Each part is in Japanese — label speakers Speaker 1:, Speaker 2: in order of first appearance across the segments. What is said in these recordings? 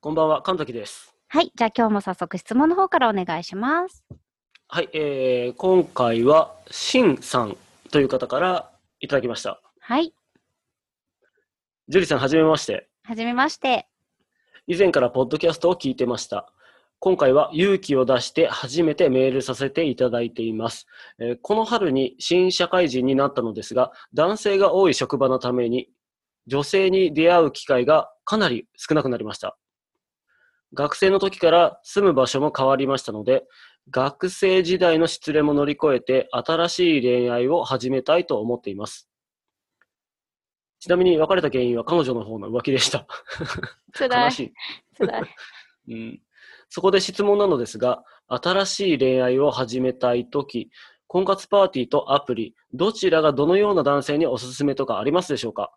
Speaker 1: こんばんは、神崎です。
Speaker 2: はい、じゃあ今日も早速質問の方からお願いします。
Speaker 1: はい、えー、今回は、しんさんという方からいただきました。
Speaker 2: はい、
Speaker 1: ジュリさん、はじめまして。
Speaker 2: はじめまして。
Speaker 1: 以前からポッドキャストを聞いてました。今回は勇気を出して初めてメールさせていただいています。えーこの春に新社会人になったのですが、男性が多い職場のために、女性に出会う機会がかなり少なくなりました。学生の時から住む場所も変わりましたので、学生時代の失恋も乗り越えて新しい恋愛を始めたいと思っています。ちなみに別れた原因は彼女の方の浮気でした。
Speaker 2: つら
Speaker 1: 悲
Speaker 2: い。
Speaker 1: しい。
Speaker 2: つらい。
Speaker 1: うん、そこで質問なのですが、新しい恋愛を始めたいとき、婚活パーティーとアプリ、どちらがどのような男性におすすめとかありますでしょうか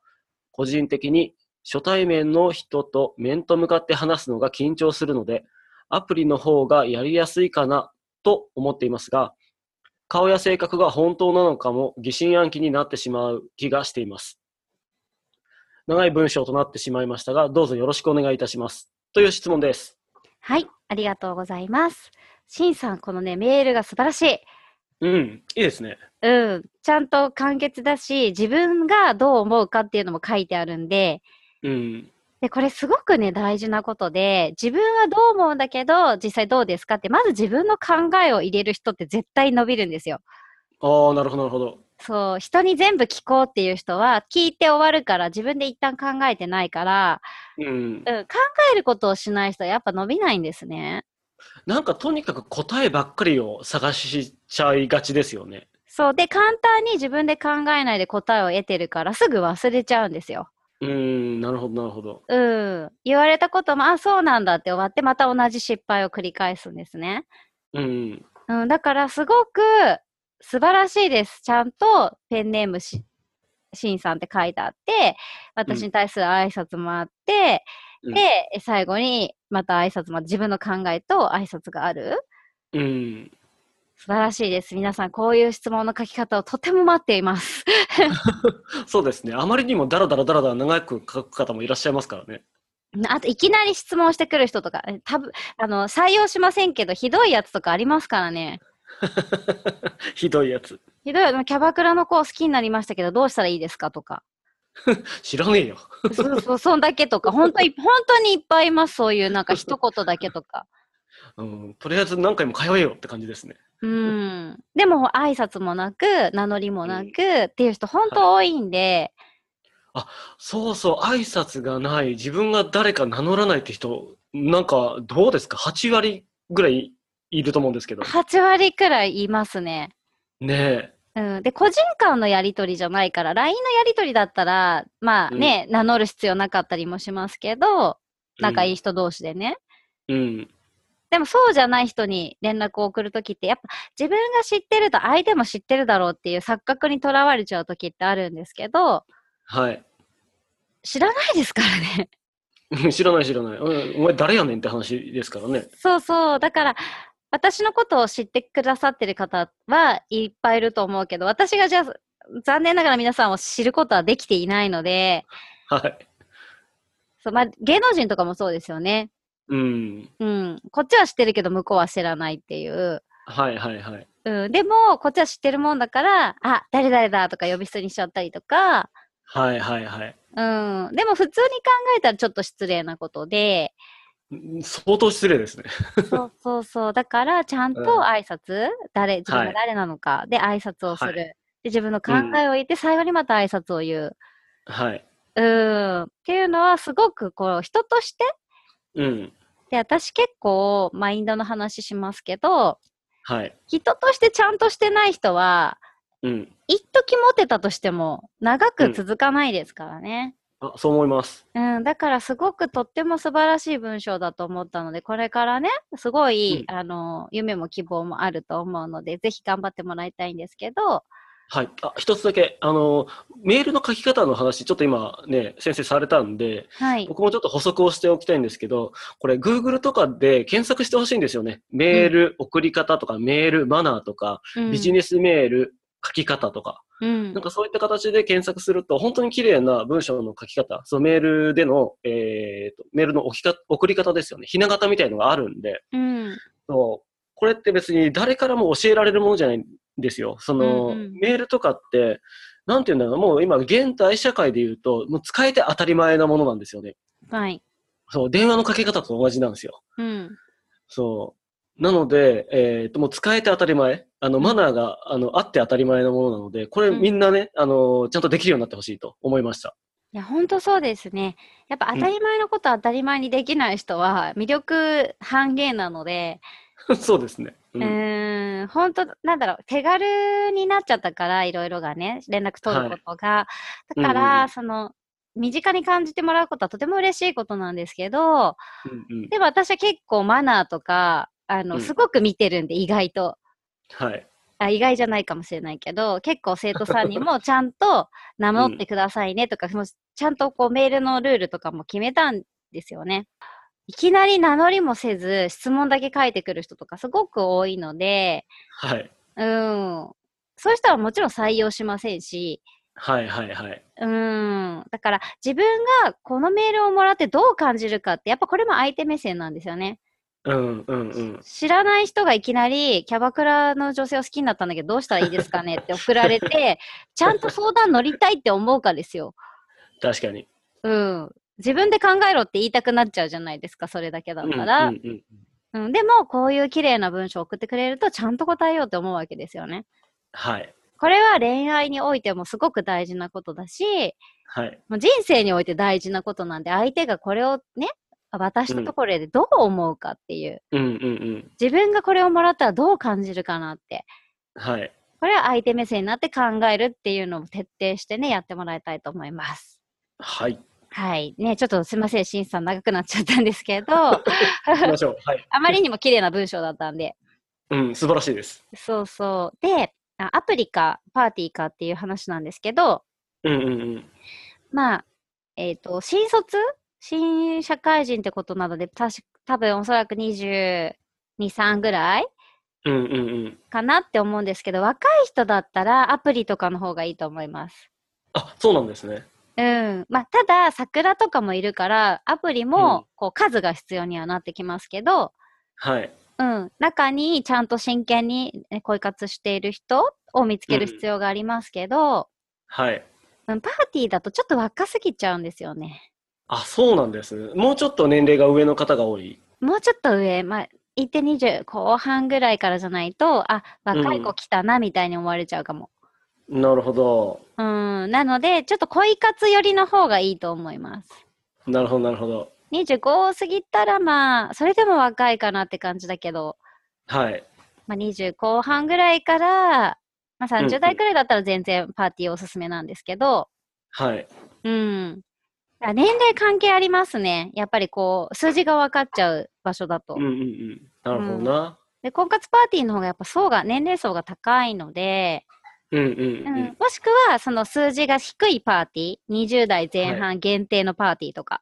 Speaker 1: 個人的に初対面の人と面と向かって話すのが緊張するので、アプリの方がやりやすいかなと思っていますが、顔や性格が本当なのかも疑心暗鬼になってしまう気がしています。長い文章となってしまいましたが、どうぞよろしくお願いいたします。という質問です。
Speaker 2: はい、ありがとうございます。しんさん、このね、メールが素晴らしい。
Speaker 1: うん、いいですね。
Speaker 2: うん、ちゃんと簡潔だし、自分がどう思うかっていうのも書いてあるんで、
Speaker 1: うん、
Speaker 2: で、これすごくね、大事なことで、自分はどう思うんだけど、実際どうですかって、まず自分の考えを入れる人って絶対伸びるんですよ。
Speaker 1: ああ、なるほど、なるほど。
Speaker 2: そう、人に全部聞こうっていう人は、聞いて終わるから、自分で一旦考えてないから、
Speaker 1: うん
Speaker 2: う、ん、考えることをしない人はやっぱ伸びないんですね。
Speaker 1: なんかとにかく答えばっかりを探しちゃいがちですよね。
Speaker 2: そう、で、簡単に自分で考えないで答えを得てるから、すぐ忘れちゃうんですよ。
Speaker 1: うん、なるほど、なるほど。
Speaker 2: うん。言われたことも、あ、そうなんだって終わって、また同じ失敗を繰り返すんですね。
Speaker 1: うん、
Speaker 2: うん、だからすごく素晴らしいです。ちゃんとペンネームし、しんさんって書いてあって、私に対する挨拶もあって、
Speaker 1: うん
Speaker 2: で、最後にまた挨拶も、自分の考えと挨拶がある。
Speaker 1: うん。
Speaker 2: 素晴らしいです。皆さん、こういう質問の書き方をとても待っています。
Speaker 1: そうですね。あまりにもダラダラダラダラ長く書く方もいらっしゃいますからね。
Speaker 2: あと、いきなり質問してくる人とか、え多分あの、採用しませんけど、ひどいやつとかありますからね。
Speaker 1: ひどいやつ。
Speaker 2: ひどい、あのキャバクラの子好きになりましたけど、どうしたらいいですかとか。
Speaker 1: 知らねえよ。
Speaker 2: そうそう、 そんだけとか、本当に、本当にいっぱいいます、そういう、なんか一言だけとか。
Speaker 1: うん、とりあえず何回も通えよって感じですね。
Speaker 2: うん。でも、挨拶もなく、名乗りもなく、っていう人、本当多いんで、
Speaker 1: そうそう、挨拶がない、自分が誰か名乗らないって人、なんかどうですか ?8 割ぐらいいると思うんですけど。
Speaker 2: 8割くらいいますね。
Speaker 1: ね
Speaker 2: う
Speaker 1: え。
Speaker 2: ん、で個人間のやり取りじゃないから LINE のやり取りだったらまあ
Speaker 1: うん
Speaker 2: ね、名乗る必要なかったりもしますけど仲いい人同士でね、
Speaker 1: うん。
Speaker 2: でもそうじゃない人に連絡を送るときってやっぱ自分が知ってると相手も知ってるだろうっていう錯覚にとらわれちゃうときってあるんですけど
Speaker 1: はい。
Speaker 2: 知らないですからね
Speaker 1: 知らない知らない、うんお前誰やねんって話ですからね
Speaker 2: そうそうだから私のことを知ってくださってる方はいっぱいいると思うけど、私がじゃあ、残念ながら皆さんを知ることはできていないので、
Speaker 1: はい。
Speaker 2: そうまあ、芸能人とかもそうですよね。
Speaker 1: うん。
Speaker 2: うん。こっちは知ってるけど、向こうは知らないっていう。
Speaker 1: はいはいはい。
Speaker 2: うん。でも、こっちは知ってるもんだから、あ、誰々だとか呼び捨てにしちゃったりとか、
Speaker 1: はいはいはい。
Speaker 2: うん。でも、普通に考えたらちょっと失礼なことで、
Speaker 1: うん相当失礼ですね。
Speaker 2: そうそうそう。だから、ちゃんと
Speaker 1: うん
Speaker 2: 挨拶、誰、自分が誰なのか、で、挨拶をする。
Speaker 1: はい
Speaker 2: で、自分の考
Speaker 1: うん
Speaker 2: えを言って、最後にまた挨拶を言う。
Speaker 1: はい。
Speaker 2: うん。っていうのは、すごく、こう、人として、
Speaker 1: うん。
Speaker 2: で、私結構、マインドの話しますけど、
Speaker 1: はい。
Speaker 2: 人としてちゃんとしてない人は、
Speaker 1: うん。
Speaker 2: 一時モテたとしても、長
Speaker 1: う
Speaker 2: く
Speaker 1: ん
Speaker 2: 続かないですからね。
Speaker 1: あ、そう思います。
Speaker 2: うん、だからすごくとっても素晴らしい文章だと思ったので、これからね、すごい、あの、夢も希望もあると思うので、ぜひ頑張ってもらいたいんですけど、
Speaker 1: はい。あ、一つだけ、あの、メールの書き方の話、ちょっと今ね、先生されたんで、
Speaker 2: はい。
Speaker 1: 僕もちょっと補足をしておきたいんですけど、これ、Google とかで検索してほしいんですよね。メール、送り方とか、メール、マナーとか、
Speaker 2: うん
Speaker 1: ビジネスメール、書き方とか、
Speaker 2: うん
Speaker 1: なんかそういった形で検索すると、本当に綺麗な文章の書き方、そのメールでの、えーと、メールの置きか送り方ですよね。ひな形みたいのがあるんで、
Speaker 2: うん。
Speaker 1: そうこれって別に誰からも教えられるものじゃないんですよ。そ
Speaker 2: う
Speaker 1: の、
Speaker 2: んうん
Speaker 1: メールとかって、なんていうんだろう、もう今、現代社会で言うと、もう使えて当たり前なものなんですよね。
Speaker 2: はい。
Speaker 1: そう、電話のかけ方と同じなんですよ。
Speaker 2: うん。
Speaker 1: そう。なので、えーっと、もう使えて当たり前。あの、マナーが、あの、あって当たり前なものなので、これ
Speaker 2: うん
Speaker 1: みんなね、あの、ちゃんとできるようになってほしいと思いました。
Speaker 2: いや、ほんとそうですね。やっぱ
Speaker 1: う
Speaker 2: 当
Speaker 1: ん
Speaker 2: たり前のこと当たり前にできない人は、魅力半減なので、
Speaker 1: そうですね。う。
Speaker 2: うんーん、本当なんだろう、手軽になっちゃったから、いろいろがね、連絡取ることが。だ
Speaker 1: い
Speaker 2: か
Speaker 1: うんうんう
Speaker 2: ら、
Speaker 1: ん
Speaker 2: その、身近に感じてもらうことはとても嬉しいことなんですけど、
Speaker 1: うんうん。
Speaker 2: でも私は結構マナーとか、あ
Speaker 1: う
Speaker 2: の、
Speaker 1: ん
Speaker 2: すごく見てるんで、意外と。
Speaker 1: はい。
Speaker 2: あ意外じゃないかもしれないけど、結構生徒さんに もちゃんと名乗ってくださいねとか、そのちゃんとこうメールのルールとかも決めたんですよね。いきなり名乗りもせず、質問だけ書いてくる人とかすごく多いので、
Speaker 1: はい。
Speaker 2: うん。そういう人はもちろん採用しませんし、
Speaker 1: はいはいはい。
Speaker 2: うん。だから自分がこのメールをもらってどう感じるかって、やっぱこれも相手目線なんですよね。
Speaker 1: うんうんうん。
Speaker 2: 知らない人がいきなりキャバクラの女性を好きになったんだけどどうしたらいいですかねって送られ てちゃんと相談乗りたいって思うかですよ。
Speaker 1: 確かに。
Speaker 2: うん。自分で考えろって言いたくなっちゃうじゃないですか、それだけだったら。う
Speaker 1: うんんうんうん、
Speaker 2: でも、こういう綺麗な文章を送ってくれると、ちゃんと答えようって思うわけですよね。
Speaker 1: はい。
Speaker 2: これは恋愛においてもすごく大事なことだし、
Speaker 1: はい。
Speaker 2: もう人生において大事なことなんで、相手がこれをね、渡したところでどう思うかっていう。
Speaker 1: うんうんうん。
Speaker 2: 自分がこれをもらったらどう感じるかなって。
Speaker 1: はい。
Speaker 2: これは相手目線になって考えるっていうのを徹底してね、やってもらいたいと思います。
Speaker 1: はい。
Speaker 2: はい。ね、ちょっとすいません、しんさん長くなっちゃったんですけど、あ
Speaker 1: 行きましょう。はい。
Speaker 2: まりにも綺麗な文章だったんで。
Speaker 1: うん、素晴らしいです。
Speaker 2: そうそう。で、あアプリかパーティーかっていう話なんですけど、
Speaker 1: うんうんうん。
Speaker 2: まあ、えっ、と、新卒新社会人ってことなので、たし多分おそらく22、3ぐらい
Speaker 1: うんうんうん。
Speaker 2: かなって思うんですけど、若い人だったらアプリとかの方がいいと思います。
Speaker 1: あ、そうなんですね。
Speaker 2: うん。まあ、ただ、桜とかもいるから、アプリ
Speaker 1: うん
Speaker 2: も、こう、数が必要にはなってきますけど、
Speaker 1: はい。
Speaker 2: うん。中に、ちゃんと真剣に、ね恋活している人を見つける
Speaker 1: うん
Speaker 2: 必要がありますけど、
Speaker 1: はい。
Speaker 2: うん、パーティーだとちょっと若すぎちゃうんですよね。
Speaker 1: あ、そうなんですね。もうちょっと年齢が上の方が多い。
Speaker 2: もうちょっと上、まあ、言って20後半ぐらいからじゃないと、あ、若い子来たな、みたいに思われちゃうかも。
Speaker 1: なるほど。
Speaker 2: うん。なので、ちょっと恋活寄りの方がいいと思います。
Speaker 1: なるほど、なるほど。
Speaker 2: 25を過ぎたら、まあ、それでも若いかなって感じだけど、
Speaker 1: はい。
Speaker 2: まあ、20後半ぐらいから、まあ、
Speaker 1: うんう
Speaker 2: 30
Speaker 1: ん
Speaker 2: 代くらいだったら全然パーティーおすすめなんですけど、
Speaker 1: はい。
Speaker 2: うん。あ年齢関係ありますね。やっぱりこう、数字が分かっちゃう場所だと
Speaker 1: うん。うんうん。なるほどな。
Speaker 2: で、婚活パーティーの方がやっぱ層が、年齢層が高いので、
Speaker 1: うんう
Speaker 2: うんん、もしくはその数字が低いパーティー、20代前半限定のパーティーとか、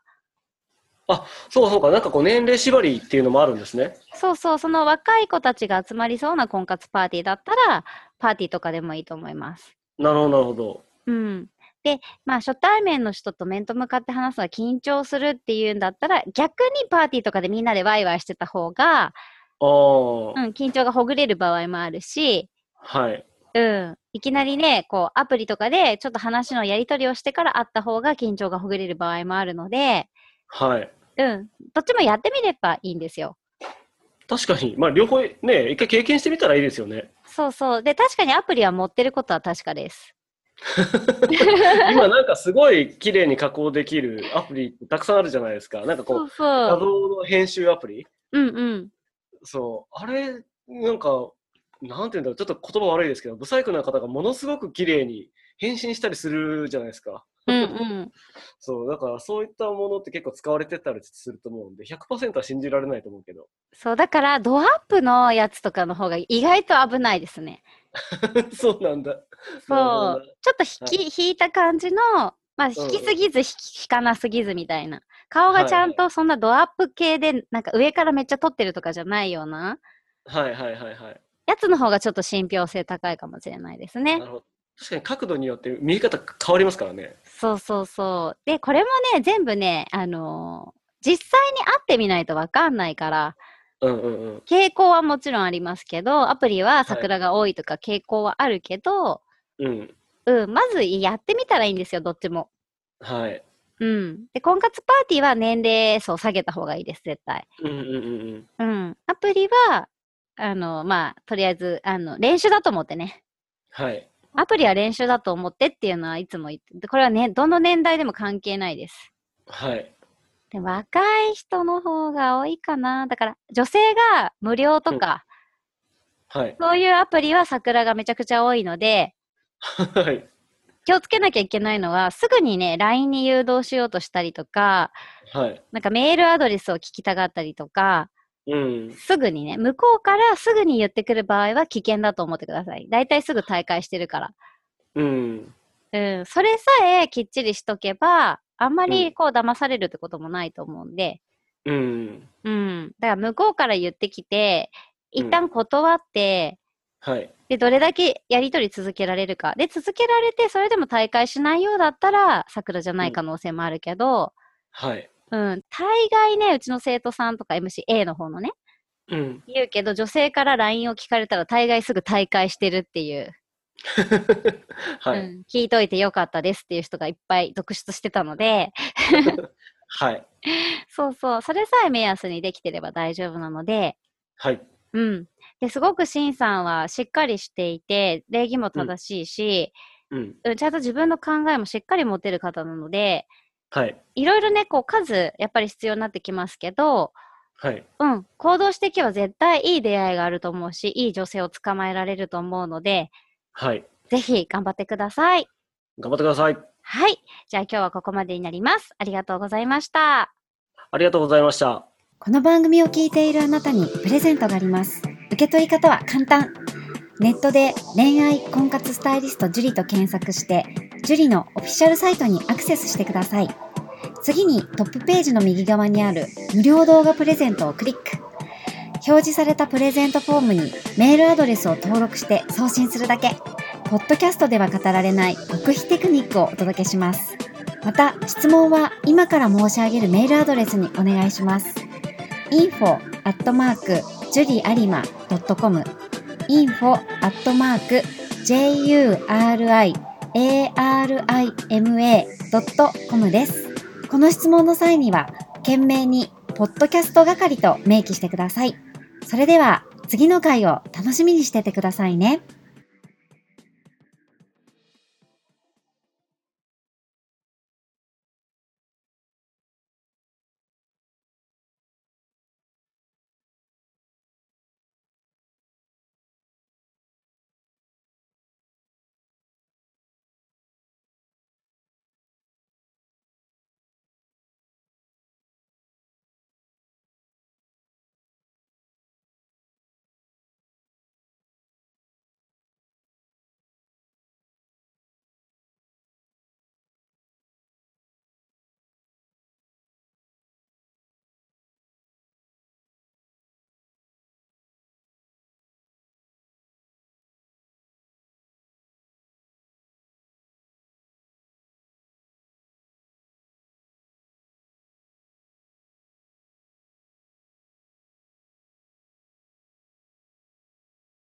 Speaker 1: そうかそうか、なんかこう年齢縛りっていうのもあるんですね。
Speaker 2: そうそう、その若い子たちが集まりそうな婚活パーティーだったら、パーティーとかでもいいと思います。
Speaker 1: なるほど、なるほど。
Speaker 2: うん。で、まあ、初対面の人と面と向かって話すのは緊張するっていうんだったら、逆にパーティーとかでみんなでワイワイしてた方が、
Speaker 1: あ
Speaker 2: う
Speaker 1: あ、
Speaker 2: ん、緊張がほぐれる場合もあるし、
Speaker 1: はい。
Speaker 2: うん、いきなりね、こう、アプリとかでちょっと話のやり取りをしてから会った方が緊張がほぐれる場合もあるので、
Speaker 1: はい。
Speaker 2: うん、どっちもやってみればいいんですよ。
Speaker 1: 確かに、まあ両方ね、一回経験してみたらいいですよね。
Speaker 2: そうそう。で、確かにアプリは持ってることは確かです。
Speaker 1: 今なんかすごい綺麗に加工できるアプリたくさんあるじゃないですか。なんかこ
Speaker 2: そう
Speaker 1: う、
Speaker 2: そ
Speaker 1: 画
Speaker 2: う。
Speaker 1: 像の編集アプリ
Speaker 2: うんうん。
Speaker 1: そう。あれ、なんか、なんていうんだろう、ちょっと言葉悪いですけど、不細工な方がものすごく綺麗に変身したりするじゃないですか。
Speaker 2: うんうん。
Speaker 1: そう、だからそういったものって結構使われてたりすると思うんで、100%は信じられないと思うけど。
Speaker 2: そう、だから、ドアップのやつとかの方が意外と危ないですね。
Speaker 1: そうなんだ。
Speaker 2: そ
Speaker 1: なるほど
Speaker 2: う。ちょっと引き、引いた感じの、まあ、引
Speaker 1: うん
Speaker 2: きすぎず、引き引かなすぎずみたいな。顔がちゃんとそんなドアップ系で、なんか上からめっちゃ撮ってるとかじゃないような、
Speaker 1: はいはいはいはい。
Speaker 2: やつの方がちょっと信憑性高いかもしれないですね
Speaker 1: な。るほど。確かに角度によって見え方変わりますからね。
Speaker 2: そうそうそう。で、これもね、全部ね、あのー実際に会ってみないとわかんないから、
Speaker 1: うんうんうん。
Speaker 2: 傾向はもちろんありますけど、アプリはい桜が多いとか傾向はあるけど、
Speaker 1: うん。
Speaker 2: うん、まずやってみたらいいんですよ、どっちも。
Speaker 1: はい。
Speaker 2: うん。で、婚活パーティーは年齢層下げた方がいいです、絶対。
Speaker 1: うんうんうんうん。
Speaker 2: うん。アプリは、あの、まあ、とりあえず、あの、練習だと思ってね。
Speaker 1: はい。
Speaker 2: アプリは練習だと思ってっていうのはいつも言って、でこれはね、どの年代でも関係ないです。
Speaker 1: はい。
Speaker 2: で若い人の方が多いかな。だから、女性が無料とか、
Speaker 1: はい。
Speaker 2: そういうアプリは桜がめちゃくちゃ多いので、
Speaker 1: はい。
Speaker 2: 気をつけなきゃいけないのは、すぐにね、LINE に誘導しようとしたりとか、
Speaker 1: はい。
Speaker 2: なんかメールアドレスを聞きたがったりとか、
Speaker 1: うん。
Speaker 2: すぐにね、向こうからすぐに言ってくる場合は危険だと思ってください。だいたいすぐ退会してるから。
Speaker 1: うん。
Speaker 2: うん、それさえきっちりしとけば、あんま
Speaker 1: う
Speaker 2: り
Speaker 1: ん
Speaker 2: こう騙されるってこともないと思うんで、
Speaker 1: うん。
Speaker 2: うん、だから向こうから言ってきて、
Speaker 1: うん
Speaker 2: 一旦断って、
Speaker 1: はい。
Speaker 2: で、どれだけやりとり続けられるか。で、続けられて、それでも退会しないようだったら、桜じゃな
Speaker 1: う
Speaker 2: い
Speaker 1: ん
Speaker 2: 可能性もあるけど、
Speaker 1: はい。
Speaker 2: うん、大概ね、うちの生徒さんとか MCA の方のね、
Speaker 1: うん。
Speaker 2: 言うけど、女性から LINE を聞かれたら大概すぐ退会してるっていう、
Speaker 1: は
Speaker 2: う
Speaker 1: い。
Speaker 2: ん聞いといてよかったですっていう人がいっぱい続出してたので、
Speaker 1: はい。
Speaker 2: そうそう、それさえ目安にできてれば大丈夫なので、
Speaker 1: はい。
Speaker 2: うん。で、すごくシンさんはしっかりしていて、礼儀も正しいし、
Speaker 1: うん。
Speaker 2: うん、ちゃんと自分の考えもしっかり持てる方なので、
Speaker 1: はい。
Speaker 2: いろいろね、こう数、やっぱり必要になってきますけど、
Speaker 1: はい。
Speaker 2: うん、行動していけば絶対いい出会いがあると思うし、いい女性を捕まえられると思うので、
Speaker 1: はい。
Speaker 2: ぜひ頑張ってください。
Speaker 1: 頑張ってください。
Speaker 2: はい。じゃあ今日はここまでになります。ありがとうございました。
Speaker 1: ありがとうございました。
Speaker 3: この番組を聞いているあなたにプレゼントがあります。受け取り方は簡単。ネットで恋愛婚活スタイリスト樹里と検索して、樹里のオフィシャルサイトにアクセスしてください。次にトップページの右側にある無料動画プレゼントをクリック。表示されたプレゼントフォームにメールアドレスを登録して送信するだけ。ポッドキャストでは語られない極秘テクニックをお届けします。また、質問は今から申し上げるメールアドレスにお願いします。info アットマーク juriarima.com info アットマーク juriarima.com です。この質問の際には、懸命にポッドキャスト係と明記してください。それでは、次の回を楽しみにしててくださいね。